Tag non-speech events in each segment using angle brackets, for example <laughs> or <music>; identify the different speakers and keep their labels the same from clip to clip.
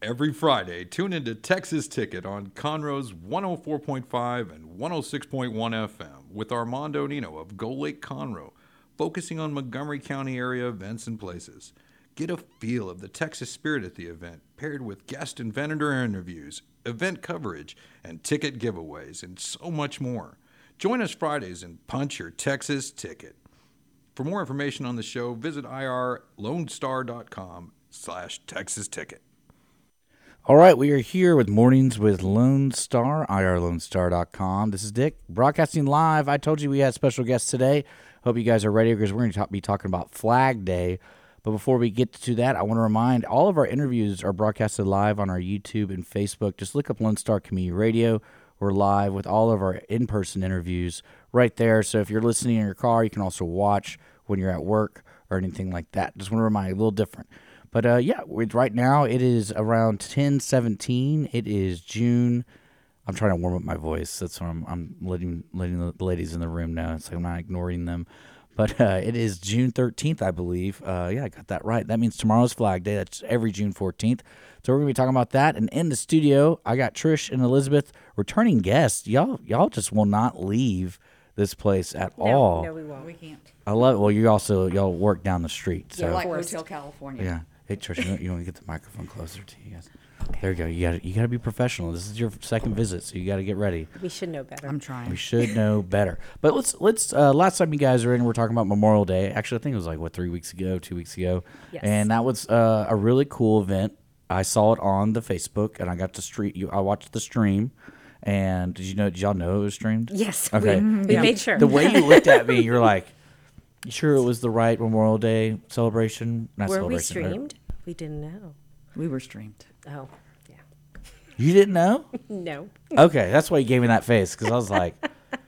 Speaker 1: Every Friday, tune into Texas Ticket on Conroe's 104.5 and 106.1 FM with Armando Nino of Go Lake Conroe, focusing on Montgomery County area events and places. Get a feel of the Texas spirit at the event, paired with guest and vendor interviews, event coverage, and ticket giveaways, and so much more. Join us Fridays and punch your Texas ticket. For more information on the show, visit irlonestar.com slash Texas Ticket.
Speaker 2: All right, we are here with Mornings with Lone Star, irlonestar.com. This is Dick, broadcasting live. I told you we had special guests today. Hope you guys are ready because we're going to talk, be talking about Flag Day. But before we get to that, I want to remind all of our interviews are broadcasted live on our YouTube and Facebook. Just look up Lone Star Community Radio. We're live with all of our in person interviews right there. So if you're listening in your car, you can also watch when you're at work or anything like that. Just want to remind you, a little different. But uh, yeah, with right now it is around ten seventeen. It is June. I'm trying to warm up my voice. That's why I'm, I'm letting letting the ladies in the room know. So I'm not ignoring them. But uh, it is June 13th, I believe. Uh, yeah, I got that right. That means tomorrow's Flag Day. That's every June 14th. So we're gonna be talking about that. And in the studio, I got Trish and Elizabeth, returning guests. Y'all, y'all just will not leave this place at all.
Speaker 3: No, we won't.
Speaker 4: We can't.
Speaker 2: I love. Well, you also y'all work down the street. So
Speaker 4: We're like
Speaker 3: course.
Speaker 4: Hotel California.
Speaker 2: yeah. Hey, Trish, you, you want to get the microphone closer to you guys? There you go. You got you got to be professional. This is your second visit, so you got to get ready.
Speaker 3: We should know better.
Speaker 4: I'm
Speaker 2: We
Speaker 4: trying.
Speaker 2: should know better. But let's let's. Uh, last time you guys were in, we are talking about Memorial Day. Actually, I think it was like what three weeks ago, two weeks ago,
Speaker 3: Yes.
Speaker 2: and that was uh, a really cool event. I saw it on the Facebook, and I got to street. You, I watched the stream. And did you know? Did y'all know it was streamed?
Speaker 3: Yes, we-
Speaker 2: Okay.
Speaker 3: we
Speaker 2: You-
Speaker 3: <laughs> made sure.
Speaker 2: The way you looked at me,
Speaker 3: <laughs>
Speaker 2: you're like, "You sure it was the right Memorial Day celebration?" Not
Speaker 3: Were we
Speaker 2: celebration. or-
Speaker 3: streamed? We didn't know.
Speaker 4: We were streamed.
Speaker 3: Oh, yeah.
Speaker 2: You didn't know?
Speaker 3: No,
Speaker 2: Okay, that's why you gave me that face because I was like, <laughs>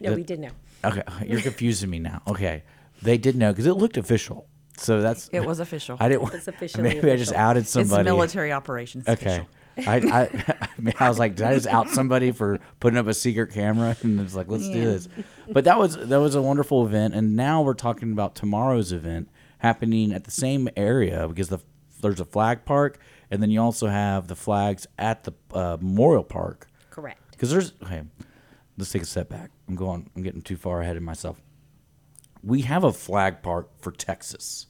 Speaker 3: no, we did know.
Speaker 2: okay, you're confusing me now. Okay, they did know because it looked official. So that's
Speaker 4: It was official.
Speaker 2: <laughs> I
Speaker 4: <laughs>
Speaker 2: didn't.
Speaker 3: It's
Speaker 2: official.
Speaker 3: officially
Speaker 2: Maybe I just
Speaker 3: official.
Speaker 2: outed
Speaker 4: it's
Speaker 2: somebody.
Speaker 4: military operations.
Speaker 2: Okay.
Speaker 4: official.
Speaker 2: <laughs> I, I, I, <laughs> mean, I was like, did I just out somebody for putting up a secret camera? <laughs> And it's like, let's do this. But that was that was a wonderful event, and now we're talking about tomorrow's event happening at the same area because the there's a flag park, and then you also have the flags at the uh, memorial park.
Speaker 3: Correct.
Speaker 2: Because there's okay, let's take a step back. I'm going. I'm getting too far ahead of myself. We have a flag park for Texas.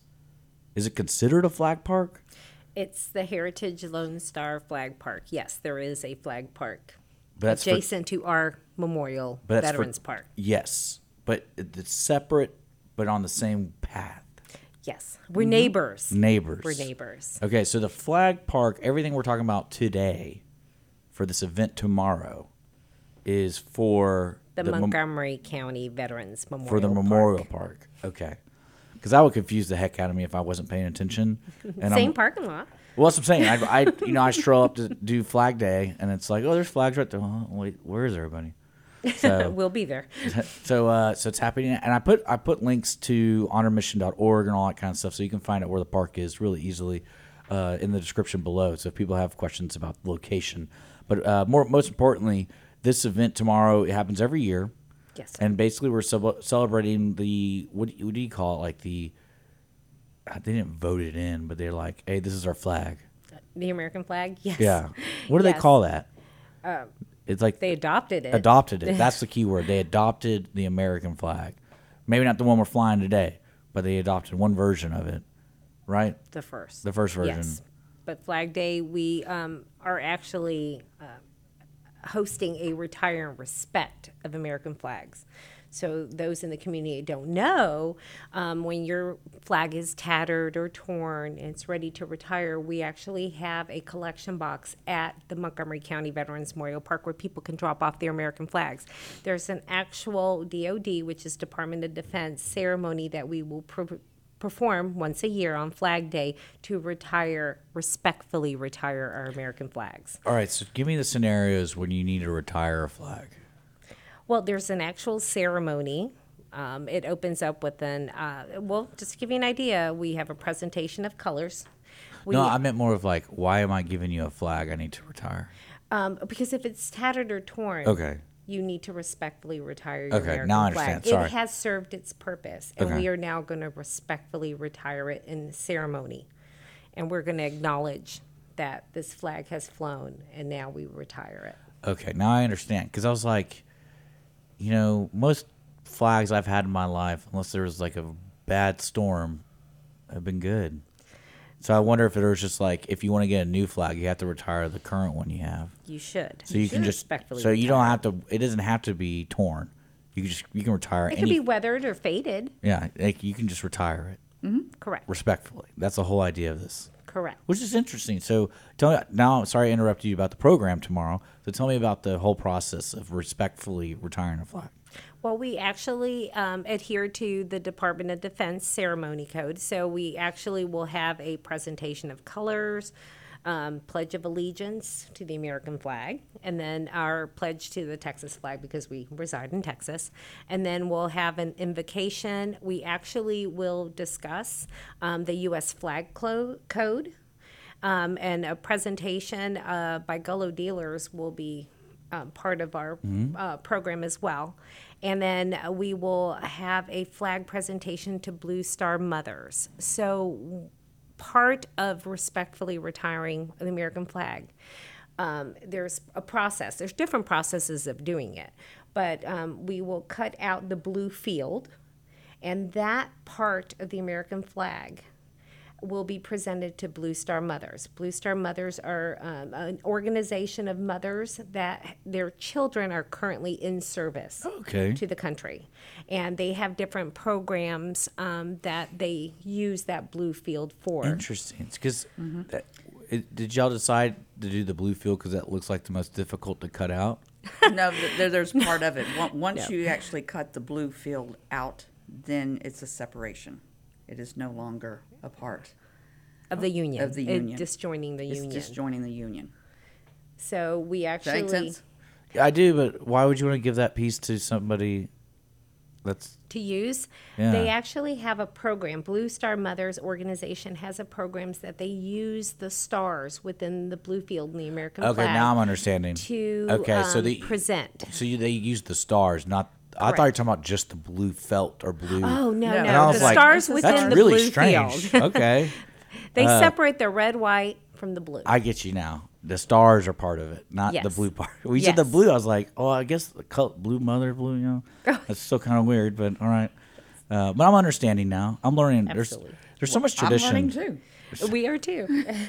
Speaker 2: Is it considered a flag park?
Speaker 3: It's the Heritage Lone Star Flag Park. Yes, there is a flag park
Speaker 2: But that's for-
Speaker 3: adjacent to our memorial
Speaker 2: But that's for-
Speaker 3: Veterans Park.
Speaker 2: Yes, but it- it's separate, but on the same path.
Speaker 3: Yes, we're neighbors.
Speaker 2: Mm-hmm. Neighbors.
Speaker 3: We're neighbors.
Speaker 2: Okay, so the flag park, everything we're talking about today for this event tomorrow is for
Speaker 3: The,
Speaker 2: mem-
Speaker 3: Montgomery County Veterans Memorial.
Speaker 2: for the
Speaker 3: Park.
Speaker 2: memorial park. Okay. Because that would confuse the heck out of me if I wasn't paying
Speaker 3: <laughs>
Speaker 2: attention. And
Speaker 3: Same
Speaker 2: I'm,
Speaker 3: parking lot.
Speaker 2: Well, that's what I'm saying. I, I, you know, I stroll up to do Flag Day, and it's like, oh, there's flags right there. Well, wait, where is everybody? So
Speaker 3: <laughs> We'll be there.
Speaker 2: so uh, so it's happening and i put i put links to honormission.org and all that kind of stuff so you can find out where the park is really easily uh, in the description below so if people have questions about the location but uh, more most importantly this event tomorrow it happens every year
Speaker 3: Yes.
Speaker 2: and basically we're cel- celebrating the what, do you- what do you call it like the uh, they didn't vote it in but they're like hey this is our flag
Speaker 3: The American flag. Yes.
Speaker 2: yeah what do they
Speaker 3: Yes. Um,
Speaker 2: call that it's like
Speaker 3: They adopted it.
Speaker 2: adopted
Speaker 3: <laughs>
Speaker 2: it. That's the key word. They adopted the American flag. Maybe not the one we're flying today, but they adopted one version of it, right?
Speaker 3: The first.
Speaker 2: The first version.
Speaker 3: Yes. But Flag Day, we um, are actually uh, hosting a retire and respect of American flags. So those in the community that don't know, um, when your flag is tattered or torn and it's ready to retire, we actually have a collection box at the Montgomery County Veterans Memorial Park where people can drop off their American flags. There's an actual DOD, which is Department of Defense, ceremony that we will. Pro- perform once a year on Flag Day to retire, respectfully retire our American flags.
Speaker 5: All right, so give me the scenarios when you need to retire a flag.
Speaker 3: Well, there's an actual ceremony. Um, it opens up with an, uh, well, just to give you an idea, we have a presentation of colors. We,
Speaker 5: no, I meant more of like, why am I giving you a flag? I need to retire.
Speaker 3: um, because if it's tattered or torn,
Speaker 5: Okay.
Speaker 3: you need to respectfully retire your
Speaker 5: Okay,
Speaker 3: American
Speaker 5: now I
Speaker 3: flag.
Speaker 5: understand. Sorry.
Speaker 3: It has served its purpose, and
Speaker 5: Okay.
Speaker 3: we are now going to respectfully retire it in ceremony, and we're going to acknowledge that this flag has flown, and now we retire it.
Speaker 5: Okay, now I understand. Because I was like, you know, most flags I've had in my life, unless there was like a bad storm, have been good. So I wonder if it was just like, if you want to get a new flag, you have to retire the current one you have.
Speaker 3: You should.
Speaker 5: So you,
Speaker 3: should
Speaker 5: can just
Speaker 3: respectfully.
Speaker 5: so you
Speaker 3: retire.
Speaker 5: don't have to. It doesn't have to be torn. You can just you can retire
Speaker 3: It could
Speaker 5: any.
Speaker 3: be weathered or faded.
Speaker 5: yeah, like you can just retire it
Speaker 3: Correct.
Speaker 5: respectfully. That's the whole idea of this.
Speaker 3: Correct.
Speaker 5: which is interesting. So tell me now. Sorry, I interrupted you about the program tomorrow. So tell me about the whole process of respectfully retiring a flag.
Speaker 3: Well, we actually um, adhere to the Department of Defense ceremony code, so we actually will have a presentation of colors, um, pledge of allegiance to the American flag, and then our pledge to the Texas flag because we reside in Texas, and then we'll have an invocation. We actually will discuss um, the U.S. flag clo- code. Um, and a presentation uh, by Gullo Dealers will be um, part of our uh, program as well. And then uh, we will have a flag presentation to Blue Star Mothers. So, part of respectfully retiring the American flag, um, there's a process, there's different processes of doing it, but um, we will cut out the blue field, and that part of the American flag will be presented to Blue Star Mothers. Blue Star Mothers are um, an organization of mothers that their children are currently in service
Speaker 5: Okay.
Speaker 3: to the country. And they have different programs um, that they use that blue field for.
Speaker 5: Interesting, because
Speaker 3: Mm-hmm.
Speaker 5: did y'all decide to do the blue field because that looks like the most difficult to cut out?
Speaker 4: no, th- there, there's part of it. Once- Once you actually cut the blue field out, then it's a separation. It is no longer a part.
Speaker 3: Of the union.
Speaker 4: Of the
Speaker 3: It-
Speaker 4: union.
Speaker 3: Just joining the
Speaker 4: It's
Speaker 3: union.
Speaker 4: just joining the union.
Speaker 3: so we
Speaker 4: Does that
Speaker 3: actually.
Speaker 4: make sense?
Speaker 5: I do, but why would you want to give that piece to somebody? That's
Speaker 3: to use.
Speaker 5: Yeah.
Speaker 3: They actually have a program. Blue Star Mothers organization has a programs that they use the stars within the blue field and the American
Speaker 5: okay.
Speaker 3: flag
Speaker 5: Now I'm understanding.
Speaker 3: to
Speaker 5: okay, so
Speaker 3: um,
Speaker 5: the
Speaker 3: present.
Speaker 5: so you, they use the stars, not. I thought you were talking about just the blue felt or blue.
Speaker 3: Oh no,
Speaker 4: No,
Speaker 3: no,
Speaker 5: and I was
Speaker 3: the
Speaker 5: like,
Speaker 3: stars
Speaker 4: That's
Speaker 3: within
Speaker 5: that's
Speaker 3: the
Speaker 5: really
Speaker 3: blue
Speaker 5: strange.
Speaker 3: field. <laughs>
Speaker 5: okay.
Speaker 3: They separate the red, white from the blue.
Speaker 5: I get you now. The stars are part of it, not the
Speaker 3: Yes.
Speaker 5: blue part. <laughs> We said the
Speaker 3: Yes.
Speaker 5: blue. I was like, oh, I guess the col blue mother, blue. You
Speaker 3: <laughs>
Speaker 5: know,
Speaker 3: Oh.
Speaker 5: that's still kind of weird, but all right. Uh, but I'm understanding now. I'm learning.
Speaker 3: Absolutely.
Speaker 5: There's there's so much tradition.
Speaker 4: I'm learning too.
Speaker 3: we are too.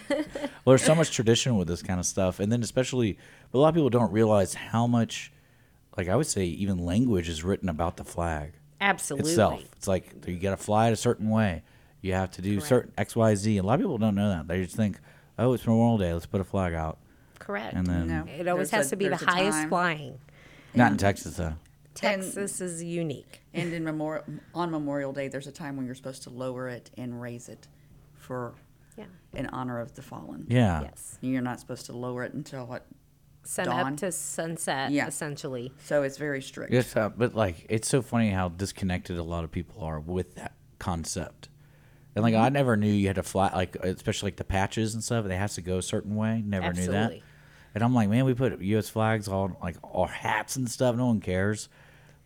Speaker 5: Well, there's so much tradition with this kind of stuff, and then especially a lot of people don't realize how much, like I would say, even language is written about the flag
Speaker 3: <laughs> Absolutely.
Speaker 5: itself. It's like you got to fly it a certain way. You have to do certain X, Y, Z. A lot of people don't know that. They just think, oh, it's Memorial Day. Let's put a flag out,
Speaker 3: Correct.
Speaker 5: and then
Speaker 4: No,
Speaker 3: it always
Speaker 4: there's
Speaker 3: has
Speaker 4: a-
Speaker 3: to be the
Speaker 4: there's a
Speaker 3: highest
Speaker 4: time.
Speaker 3: flying.
Speaker 5: not in
Speaker 3: Mm-hmm.
Speaker 5: Texas though.
Speaker 3: Texas is unique.
Speaker 4: And in memorial on Memorial Day, there's a time when you're supposed to lower it and raise it for
Speaker 3: Yeah.
Speaker 4: in honor of the fallen.
Speaker 5: Yeah.
Speaker 3: Yes.
Speaker 4: You're not supposed to lower it until what?
Speaker 3: Sun
Speaker 4: Dawn.
Speaker 3: up to sunset,
Speaker 4: Yeah.
Speaker 3: essentially.
Speaker 4: So it's very strict.
Speaker 5: Yes, uh, but like it's so funny how disconnected a lot of people are with that concept. And like
Speaker 3: Mm-hmm.
Speaker 5: I never knew you had to fly like especially like the patches and stuff. They have to go a certain way. Never knew that.
Speaker 3: Absolutely.
Speaker 5: And I'm like, man, we put U.S. flags on like our hats and stuff. No one cares,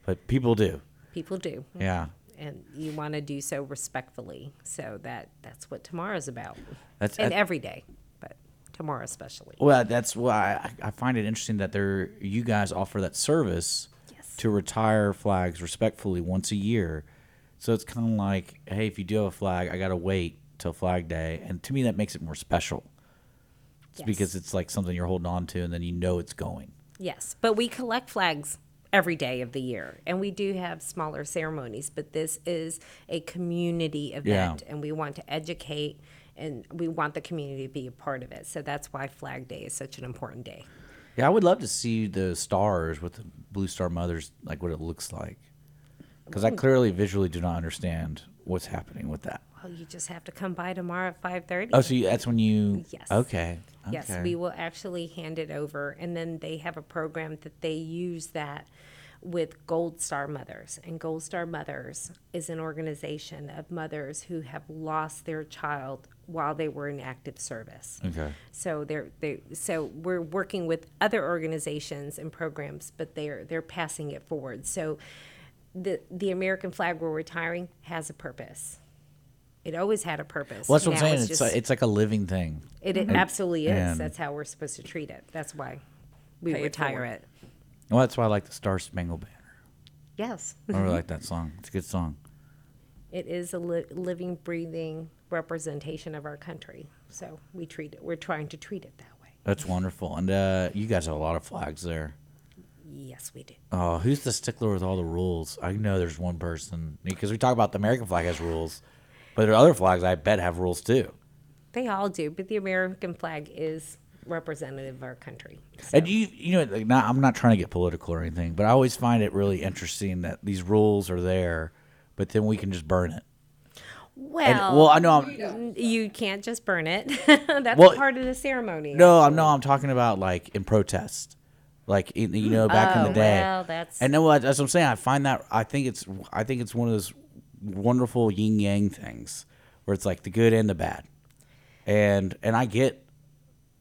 Speaker 5: but people do.
Speaker 3: People do.
Speaker 5: Yeah,
Speaker 3: and you want to do so respectfully. So that that's what tomorrow's about,
Speaker 5: that's
Speaker 3: and
Speaker 5: that-
Speaker 3: every day, but tomorrow especially.
Speaker 5: well, that's why I, I find it interesting that there you guys offer that service
Speaker 3: Yes.
Speaker 5: to retire flags respectfully once a year. So it's kind of like, hey, if you do have a flag, I gotta wait till Flag Day, and to me that makes it more special. It's
Speaker 3: Yes.
Speaker 5: because it's like something you're holding on to, and then you know it's going.
Speaker 3: Yes, but we collect flags every day of the year, and we do have smaller ceremonies. But this is a community event, and we want to educate, and we want the community to be a part of it. So that's why Flag Day is such an important day.
Speaker 5: Yeah, I would love to see the stars with the Blue Star Mothers, like what it looks like, because I clearly visually do not understand what's happening with that.
Speaker 3: Oh, you just have to come by tomorrow at five thirty.
Speaker 2: Oh, so you, that's when you.
Speaker 3: Yes.
Speaker 2: Okay.
Speaker 3: Yes,
Speaker 2: okay.
Speaker 3: we will actually hand it over, and then they have a program that they use that with Gold Star Mothers. And Gold Star Mothers is an organization of mothers who have lost their child while they were in active service.
Speaker 2: Okay.
Speaker 3: So they're they so we're working with other organizations and programs, but they're they're passing it forward. So the the American flag we're retiring has a purpose. It always had a purpose.
Speaker 2: Well, that's what I'm
Speaker 3: Now
Speaker 2: saying. It's,
Speaker 3: just-
Speaker 2: like, it's like a living thing.
Speaker 3: it, it absolutely is.
Speaker 2: Mm-hmm. and-
Speaker 3: That's how we're supposed to treat it. That's why we
Speaker 4: Pay it
Speaker 3: retire
Speaker 4: forward.
Speaker 3: it.
Speaker 2: Well, that's why I like the Star Spangled Banner.
Speaker 3: Yes, <laughs>
Speaker 2: I really like that song. It's a good song.
Speaker 3: it is a li- living, breathing representation of our country. So we treat it. We're trying to treat it that way.
Speaker 2: That's wonderful. And uh, you guys have a lot of flags there.
Speaker 3: Yes, we do.
Speaker 2: Oh, who's the stickler with all the rules? I know there's one person because we talk about the American flag has rules, but there are other flags I bet have rules too.
Speaker 3: They all do, but the American flag is representative of our country. So
Speaker 2: And you, you know, like not, I'm not trying to get political or anything, but I always find it really interesting that these rules are there, but then we can just burn it. And
Speaker 3: well,
Speaker 2: well, I know I'm
Speaker 3: you can't just burn it. <laughs> That's
Speaker 2: Well,
Speaker 3: part of the ceremony.
Speaker 2: No, Oh, I'm no, I'm talking about like in protest, like in, you know back in
Speaker 3: Oh,
Speaker 2: the day.
Speaker 3: well, that's-
Speaker 2: and no, that's what I'm saying. I find that I think it's I think it's one of those wonderful yin yang things where it's like the good and the bad, and and I get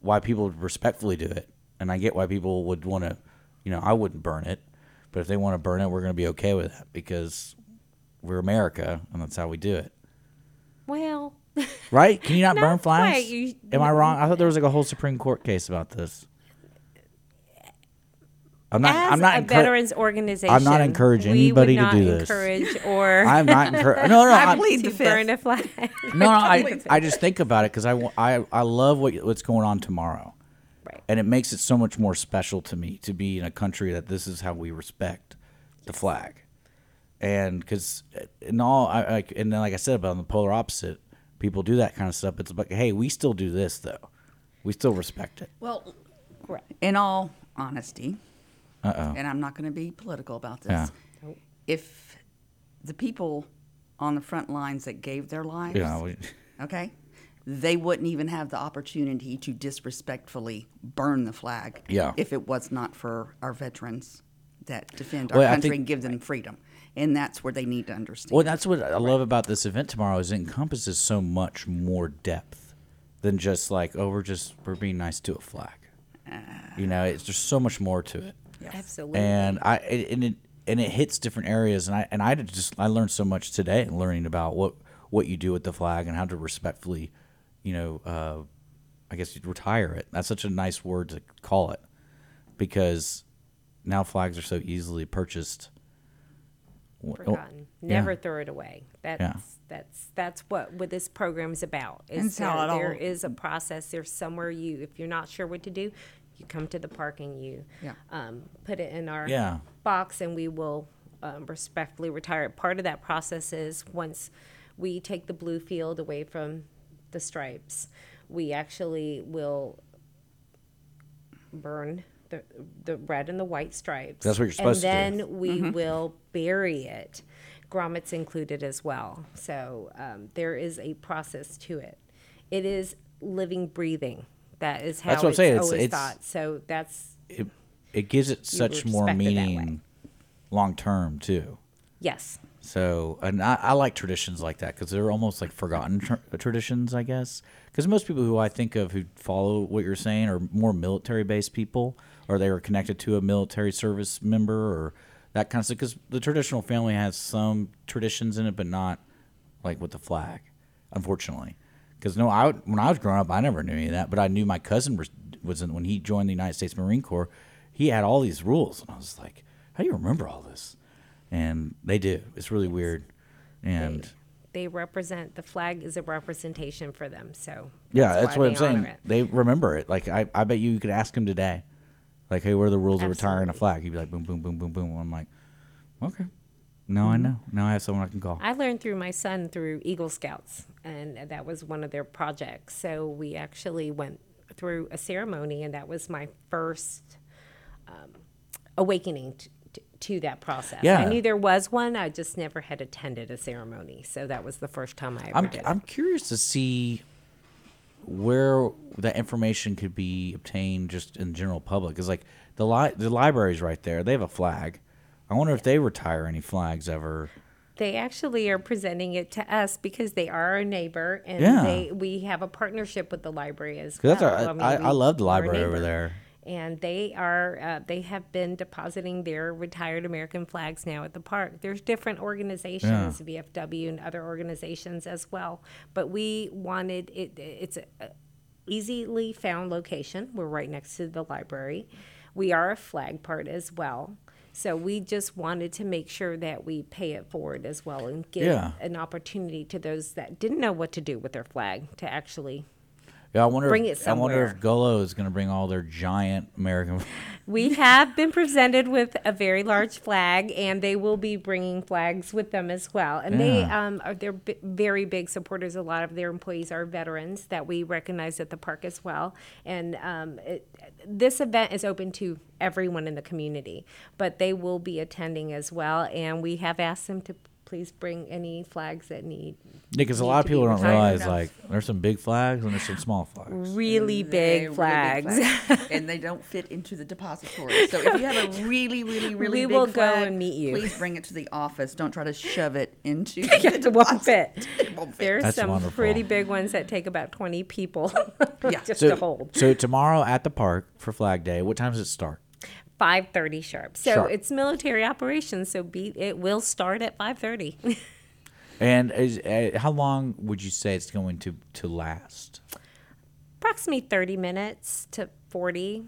Speaker 2: why people would respectfully do it, and I get why people would want to, you know, I wouldn't burn it, but if they want to burn it, we're going to be okay with that because we're America and that's how we do it.
Speaker 3: Well,
Speaker 2: Right? Can you not, burn
Speaker 3: Not quite.
Speaker 2: flags?
Speaker 3: You-
Speaker 2: Am I wrong? I thought there was like a whole Supreme Court case about this. I'm not.
Speaker 3: as
Speaker 2: I'm not.
Speaker 3: a
Speaker 2: encour-
Speaker 3: veterans organization,
Speaker 2: encouraging
Speaker 3: we would
Speaker 2: anybody to
Speaker 3: not
Speaker 2: do this.
Speaker 3: Encourage
Speaker 2: <laughs>
Speaker 3: or
Speaker 2: I'm not.
Speaker 3: <laughs>
Speaker 2: Encour- no, no.
Speaker 4: I
Speaker 2: I'm,
Speaker 4: believe- Plead
Speaker 3: to
Speaker 4: the fifth.
Speaker 3: burn a flag.
Speaker 2: <laughs> no, no. I, I just think about it because I, wa- I, I love what what's going on tomorrow,
Speaker 3: Right.
Speaker 2: and it makes it so much more special to me to be in a country that this is how we respect the flag, and because in all, I, I and then like I said about the polar opposite, people do that kind of stuff. It's like, hey, we still do this though, we still respect it.
Speaker 4: Well, in all honesty, and I'm not going to be political about this,
Speaker 2: Yeah.
Speaker 4: if the people on the front lines that gave their lives,
Speaker 2: Yeah, we-
Speaker 4: okay, they wouldn't even have the opportunity to disrespectfully burn the flag
Speaker 2: Yeah.
Speaker 4: if it was not for our veterans that defend
Speaker 2: Well,
Speaker 4: our
Speaker 2: I
Speaker 4: country
Speaker 2: think-
Speaker 4: and give them freedom. And that's where they need to understand.
Speaker 2: Well, that's what I love about this event tomorrow is it encompasses so much more depth than just like, oh, we're just we're being nice to a flag. you know, it's there's so much more to it,
Speaker 3: Absolutely.
Speaker 2: and I it, and it and it hits different areas, and I and I just I learned so much today in learning about what what you do with the flag and how to respectfully, you know, uh, I guess you'd retire it. That's such a nice word to call it because now flags are so easily purchased. W- oh,
Speaker 3: Forgotten. Never throw it away. That's that's that's what what this program is about. Is
Speaker 4: That's how
Speaker 3: there-
Speaker 4: it all-
Speaker 3: there is a process. There's somewhere you if you're not sure what to do, you come to the park and you
Speaker 4: Yeah.
Speaker 3: um, put it in our
Speaker 2: Yeah.
Speaker 3: box and we will um, respectfully retire it. Part of that process is once we take the blue field away from the stripes, we actually will burn the, the red and the white stripes.
Speaker 2: That's what you're supposed to do.
Speaker 3: And then we will bury it, grommets included as well. So um, there is a process to it. It is living, breathing. That is how
Speaker 2: That's what I'm
Speaker 3: it's
Speaker 2: saying. It's-
Speaker 3: always
Speaker 2: it's-
Speaker 3: thought. So that's
Speaker 2: it it gives it such more
Speaker 3: respect it that way.
Speaker 2: meaning long term too.
Speaker 3: yes.
Speaker 2: So, and I, I like traditions like that because they're almost like forgotten tr- traditions, I guess. Because most people who I think of who follow what you're saying are more military based people, or they were connected to a military service member, or that kind of stuff. Because the traditional family has some traditions in it, but not like with the flag, unfortunately. Because no, I would- when I was growing up, I never knew any of that, but I knew my cousin was, was in, when he joined the United States Marine Corps. He had all these rules, and I was like, "How do you remember all this?" and they do. It's really weird, and
Speaker 3: They represent the flag is a representation for them. So
Speaker 2: yeah, that's what
Speaker 3: why
Speaker 2: I'm
Speaker 3: they honor
Speaker 2: saying. They remember it. Like I, I bet you, you could ask him today, like, "Hey, what are the rules of retiring a
Speaker 3: Absolutely.
Speaker 2: flag?" He'd be like, "Boom, boom, boom, boom, boom." And I'm like, "Okay, now
Speaker 3: Mm-hmm.
Speaker 2: I know. Now I have someone I can call."
Speaker 3: I learned through my son through Eagle Scouts, and that was one of their projects. So we actually went through a ceremony, and that was my first um, awakening t- t- to that process.
Speaker 2: Yeah.
Speaker 3: I knew there was one. I just never had attended a ceremony. So that was the first time I ever
Speaker 2: I'm
Speaker 3: did it.
Speaker 2: I'm curious to see where that information could be obtained just in general public. Is like the li- the library's right there. They have a flag. I wonder if they retire any flags ever.
Speaker 3: They actually are presenting it to us because they are our neighbor, and
Speaker 2: Yeah.
Speaker 3: they we have a partnership with the library as well.
Speaker 2: Cause that's our, I,
Speaker 3: mean,
Speaker 2: I,
Speaker 3: we-
Speaker 2: I love the
Speaker 3: we're a
Speaker 2: library over
Speaker 3: neighbor.
Speaker 2: there.
Speaker 3: And they are uh, they have been depositing their retired American flags now at the park. There's different organizations, VFW and other organizations as well. But we wanted it. It's a, easily found location. We're right next to the library. We are a flag part as well. So we just wanted to make sure that we pay it forward as well and give
Speaker 2: Yeah.
Speaker 3: an opportunity to those that didn't know what to do with their flag to actually.
Speaker 2: Yeah, I wonder.
Speaker 3: Bring
Speaker 2: if,
Speaker 3: it
Speaker 2: I wonder if
Speaker 3: somewhere.
Speaker 2: Golo is going to bring all their giant American.
Speaker 3: We have been presented with a very large flag, and they will be bringing flags with them as well. And they
Speaker 2: Yeah.
Speaker 3: um, are they're b- very big supporters. A lot of their employees are veterans that we recognize at the park as well. And um, it, this event is open to everyone in the community, but they will be attending as well. And we have asked them to please bring any flags that need
Speaker 2: Because a
Speaker 3: Need
Speaker 2: lot of
Speaker 3: to be
Speaker 2: people don't
Speaker 3: retired
Speaker 2: realize
Speaker 4: enough.
Speaker 2: like there's some big flags and there's some small flags.
Speaker 3: really
Speaker 4: They-
Speaker 3: big
Speaker 4: really
Speaker 3: flags. <laughs>
Speaker 4: flags. and they don't fit into the depository. So if you have a really, really, really
Speaker 3: We
Speaker 4: big
Speaker 3: will go
Speaker 4: flag,
Speaker 3: and meet you.
Speaker 4: Please bring it to the office. Don't try to shove it
Speaker 3: <laughs>
Speaker 4: into the
Speaker 3: it won't fit.
Speaker 4: won't fit.
Speaker 3: There's
Speaker 2: That's
Speaker 3: some
Speaker 2: wonderful.
Speaker 3: pretty big ones that take about 20 people <laughs> just <laughs> to
Speaker 2: So, <laughs>
Speaker 3: hold.
Speaker 2: so tomorrow at the park for Flag Day, what time does it start?
Speaker 3: 5:30 sharp. So
Speaker 2: Sharp.
Speaker 3: it's military operations, so be, it will start at 5:30.
Speaker 2: And is, uh, how long would you say it's going to to last?
Speaker 3: <laughs> Approximately 30 minutes to 40.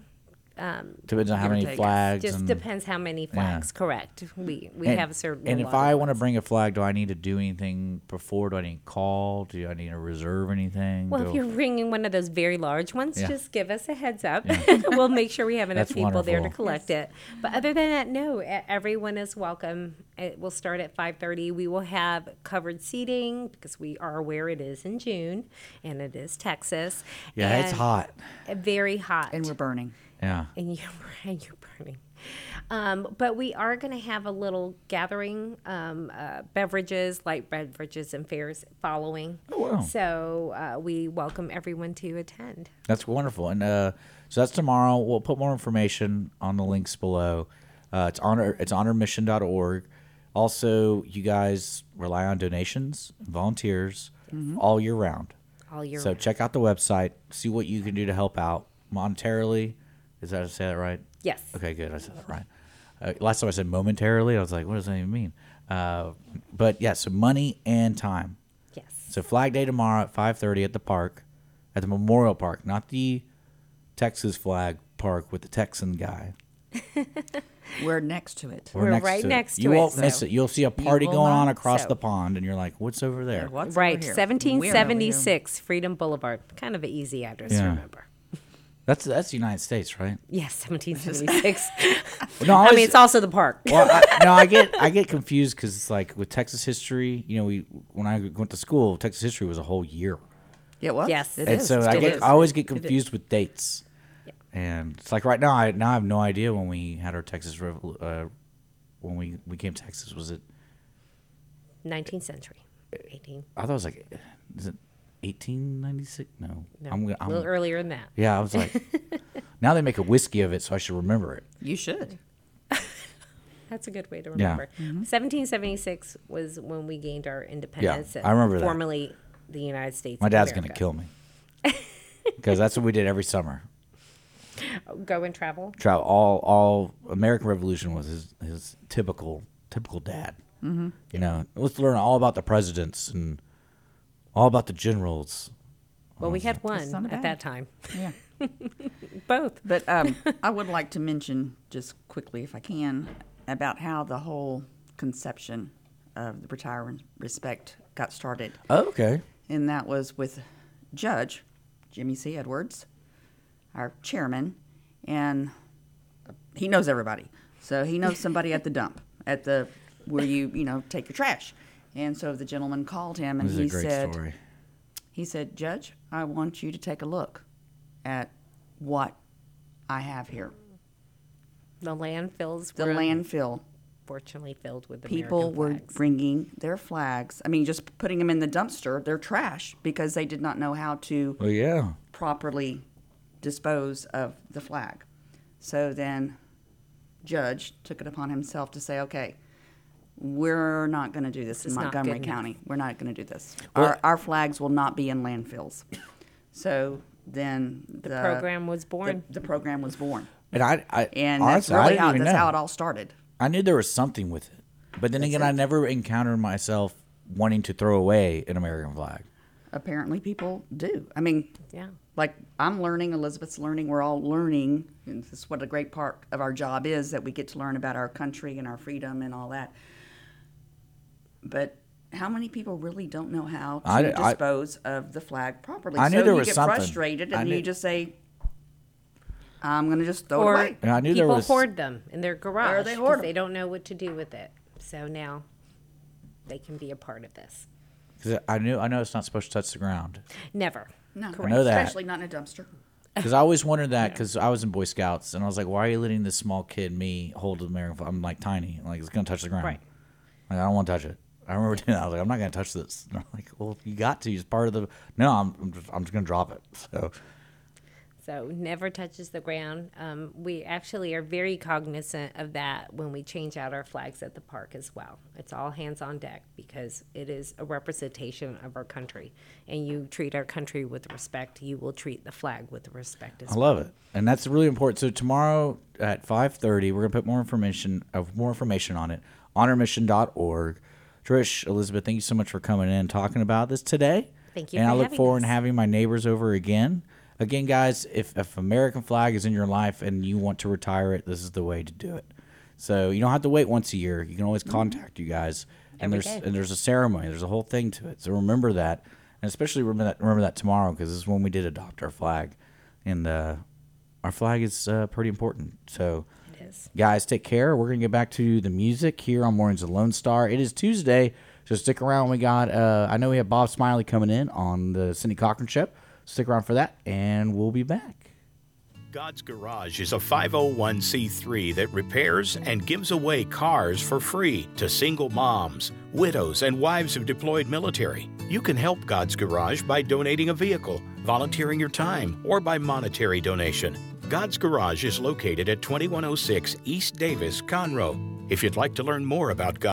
Speaker 2: Depends on how
Speaker 4: Give or
Speaker 2: many
Speaker 4: take. Yes,
Speaker 2: flags.
Speaker 3: Just
Speaker 2: and,
Speaker 3: depends how many flags. Correct. We we
Speaker 2: and,
Speaker 3: have a certain.
Speaker 2: And
Speaker 3: a
Speaker 2: if
Speaker 3: lot
Speaker 2: I
Speaker 3: of
Speaker 2: want to
Speaker 3: ones.
Speaker 2: bring a flag, do I need to do anything before? Do I need to call? Do I need to reserve anything?
Speaker 3: Well, if
Speaker 2: Do-
Speaker 3: you're bringing one of those very large ones,
Speaker 2: Yeah.
Speaker 3: just give us a heads up. <laughs> we'll make sure we have enough
Speaker 2: That's
Speaker 3: people there to
Speaker 2: wonderful.
Speaker 3: collect it. But other than that, no, e- everyone is welcome. It will start at 5:30. We will have covered seating because we are aware it is in June and it is Texas.
Speaker 2: yeah, it's
Speaker 3: and
Speaker 2: hot.
Speaker 3: Very hot
Speaker 4: <laughs> And we're burning.
Speaker 2: Yeah.
Speaker 3: and you're, <laughs> and you're burning. Um, but we are going to have a little gathering, um, uh, beverages, light beverages, and fairs following. Oh,
Speaker 2: wow.
Speaker 3: So uh, we welcome everyone to attend.
Speaker 2: That's wonderful. And uh, so that's tomorrow. We'll put more information on the links below. Uh, it's honor it's honormission.org. Also, you guys rely on donations, volunteers
Speaker 3: Mm-hmm.
Speaker 2: all year round.
Speaker 3: All year
Speaker 2: So
Speaker 3: round.
Speaker 2: check out the website, see what you can do to help out monetarily. Is that I say that right?
Speaker 3: Yes.
Speaker 2: Okay, good. I said that right. Uh, last time I said momentarily, I was like, what does that even mean? Uh, but yeah, so money and time.
Speaker 3: Yes.
Speaker 2: So Flag Day tomorrow at 5:30 at the park, at the Memorial Park, not the Texas flag park with the Texan guy.
Speaker 4: We're next to it.
Speaker 3: We're right next to
Speaker 2: you
Speaker 3: it,
Speaker 2: won't miss
Speaker 3: so-
Speaker 2: it. You'll see a party
Speaker 4: will
Speaker 2: going on
Speaker 4: not,
Speaker 2: across
Speaker 3: so-
Speaker 2: the pond, and you're like, "What's over there?"
Speaker 4: What's over
Speaker 3: Right,
Speaker 4: here? We're over here.
Speaker 3: 1776 Freedom Boulevard. Kind of an easy address to
Speaker 2: Yeah.
Speaker 3: remember.
Speaker 2: That's that's the United States, right? <laughs>
Speaker 3: Yes, 1776.
Speaker 2: No,
Speaker 3: I
Speaker 2: always-
Speaker 3: mean, it's also the park.
Speaker 2: well, I, no, I get I get confused because it's like with Texas history. You know, we when I went to school, Texas history was a whole year,
Speaker 4: Yeah, what?
Speaker 3: Yes.
Speaker 4: It
Speaker 2: and
Speaker 4: is.
Speaker 2: so I
Speaker 4: Still
Speaker 2: get
Speaker 4: is.
Speaker 2: I always get confused with dates. And it's like right now, I now I have no idea when we had our Texas revol- uh, when we we came to Texas. Was it
Speaker 3: 19th century. 18.
Speaker 2: I thought it was like, is it 1896? No.
Speaker 3: No,
Speaker 2: I'm, gonna-
Speaker 3: a
Speaker 2: I'm,
Speaker 3: little earlier than that.
Speaker 2: yeah, I was
Speaker 4: <laughs>
Speaker 2: like, now they make a whiskey of it, so I should remember it.
Speaker 4: You should.
Speaker 3: That's a good way to
Speaker 2: Yeah.
Speaker 3: remember.
Speaker 4: Mm-hmm.
Speaker 3: 1776 was when we gained our independence. and
Speaker 2: I remember that.
Speaker 3: Formerly the United States.
Speaker 2: My
Speaker 3: of
Speaker 2: dad's going to
Speaker 3: America.
Speaker 2: kill me.
Speaker 4: <laughs>
Speaker 2: Because that's what we did every summer.
Speaker 3: Go and travel.
Speaker 2: Travel all all American Revolution was his, his typical typical dad. Mm-hmm. You know, let's learn all about the presidents and all about the generals. Oh,
Speaker 3: Well, we had
Speaker 4: not
Speaker 3: one at
Speaker 4: bad.
Speaker 3: that time. <laughs>
Speaker 4: Yeah.
Speaker 3: Both.
Speaker 4: But um, I would like to mention, just quickly if I can, about how the whole conception of the retire and respect got started.
Speaker 2: Oh, okay.
Speaker 4: And that was with Judge Jimmy C. Edwards, our chairman, and he knows everybody. So he knows somebody at the dump, at the where you, you know, take your trash. And so the gentleman called him and
Speaker 2: This is
Speaker 4: he
Speaker 2: a great
Speaker 4: said,
Speaker 2: story.
Speaker 4: he said, Judge, I want you to take a look at what I have here.
Speaker 3: The landfills
Speaker 4: The
Speaker 3: were
Speaker 4: landfill
Speaker 3: unfortunately filled with
Speaker 4: People
Speaker 3: American
Speaker 4: were
Speaker 3: flags.
Speaker 4: bringing their flags. I mean, just putting them in the dumpster, they're trash because they did not know how to
Speaker 2: Well, yeah.
Speaker 4: properly dispose of the flag. So then Judge took it upon himself to say, okay, we're not going to do this,
Speaker 3: is
Speaker 4: in
Speaker 3: not good
Speaker 4: Montgomery
Speaker 3: enough.
Speaker 4: County. We're not going to do this.
Speaker 2: Well-
Speaker 4: our, our flags will not be in landfills. So then the,
Speaker 3: program was
Speaker 4: the-
Speaker 3: born.
Speaker 4: The, program was born.
Speaker 2: And I, I
Speaker 4: And that's
Speaker 2: honestly, I
Speaker 4: really
Speaker 2: didn't
Speaker 4: how,
Speaker 2: even
Speaker 4: that's
Speaker 2: know.
Speaker 4: how it all started.
Speaker 2: I knew there was something with it, but then again, I never encountered myself wanting to throw away an American flag.
Speaker 4: Apparently, people do. I mean,
Speaker 3: yeah.
Speaker 4: like I'm learning, Elizabeth's learning, we're all learning. And this is what a great part of our job is that we get to learn about our country and our freedom and all that. But how many people really don't know how to
Speaker 2: I- I-
Speaker 4: dispose of the flag properly?
Speaker 2: I knew
Speaker 4: so
Speaker 2: there
Speaker 4: you
Speaker 2: was
Speaker 4: get
Speaker 2: something.
Speaker 4: frustrated and
Speaker 2: I knew-
Speaker 4: you just say, I'm going to just throw
Speaker 3: Or
Speaker 4: it away.
Speaker 2: And I knew there
Speaker 3: people
Speaker 2: was-
Speaker 3: hoard them in their garage
Speaker 4: they hoard
Speaker 3: because they don't know what to do with it. So now they can be a part of this.
Speaker 2: 'Cause I knew I know it's not supposed to touch the ground.
Speaker 3: Never.
Speaker 4: No,
Speaker 2: I know that.
Speaker 4: Especially not in a dumpster.
Speaker 2: Because I always wondered that because I was in Boy Scouts and I was like, why are you letting this small kid me hold the American flag? I'm like tiny, like it's gonna touch the ground.
Speaker 3: Right.
Speaker 2: Like I don't want to touch it. I remember <laughs> doing that. I was like, I'm not gonna touch this. <laughs> And I'm like, well, you got to. It's part of the. No, I'm I'm just, I'm just gonna drop it. <laughs> So
Speaker 3: So never touches the ground. Um, we actually are very cognizant of that when we change out our flags at the park as well. It's all hands on deck because it is a representation of our country. And you treat our country with respect, you will treat the flag with respect as
Speaker 2: I
Speaker 3: well.
Speaker 2: love it, and that's really important. So tomorrow at 5:30, we're gonna put more information of more information on it. Honormission.org. Trish, Elizabeth, thank you so much for coming in and talking about this today.
Speaker 3: Thank you
Speaker 2: And
Speaker 3: for
Speaker 2: I look
Speaker 3: having
Speaker 2: forward to
Speaker 3: us.
Speaker 2: having my neighbors over again. Again, guys, if if American flag is in your life and you want to retire it, this is the way to do it. So you don't have to wait once a year. You can
Speaker 3: Mm-hmm.
Speaker 2: always contact you guys. And
Speaker 3: Every
Speaker 2: there's
Speaker 3: day.
Speaker 2: and there's a ceremony. There's a whole thing to it. So remember that, and especially remember that remember that tomorrow because this is when we did adopt our flag, and uh, our flag is uh, pretty important. So
Speaker 3: It is.
Speaker 2: guys, take care. We're gonna get back to the music here on Mornings of Lone Star. It is Tuesday, so stick around. We got uh, I know we have Bob Smiley coming in on the Cindy Cochran show. Stick around for that, and we'll be back.
Speaker 6: God's Garage is a 501c3 that repairs and gives away cars for free to single moms, widows, and wives of deployed military. You can help God's Garage by donating a vehicle, volunteering your time, or by monetary donation. God's oh Garage is located at 2106 East Davis, Conroe. If you'd like to learn more about God's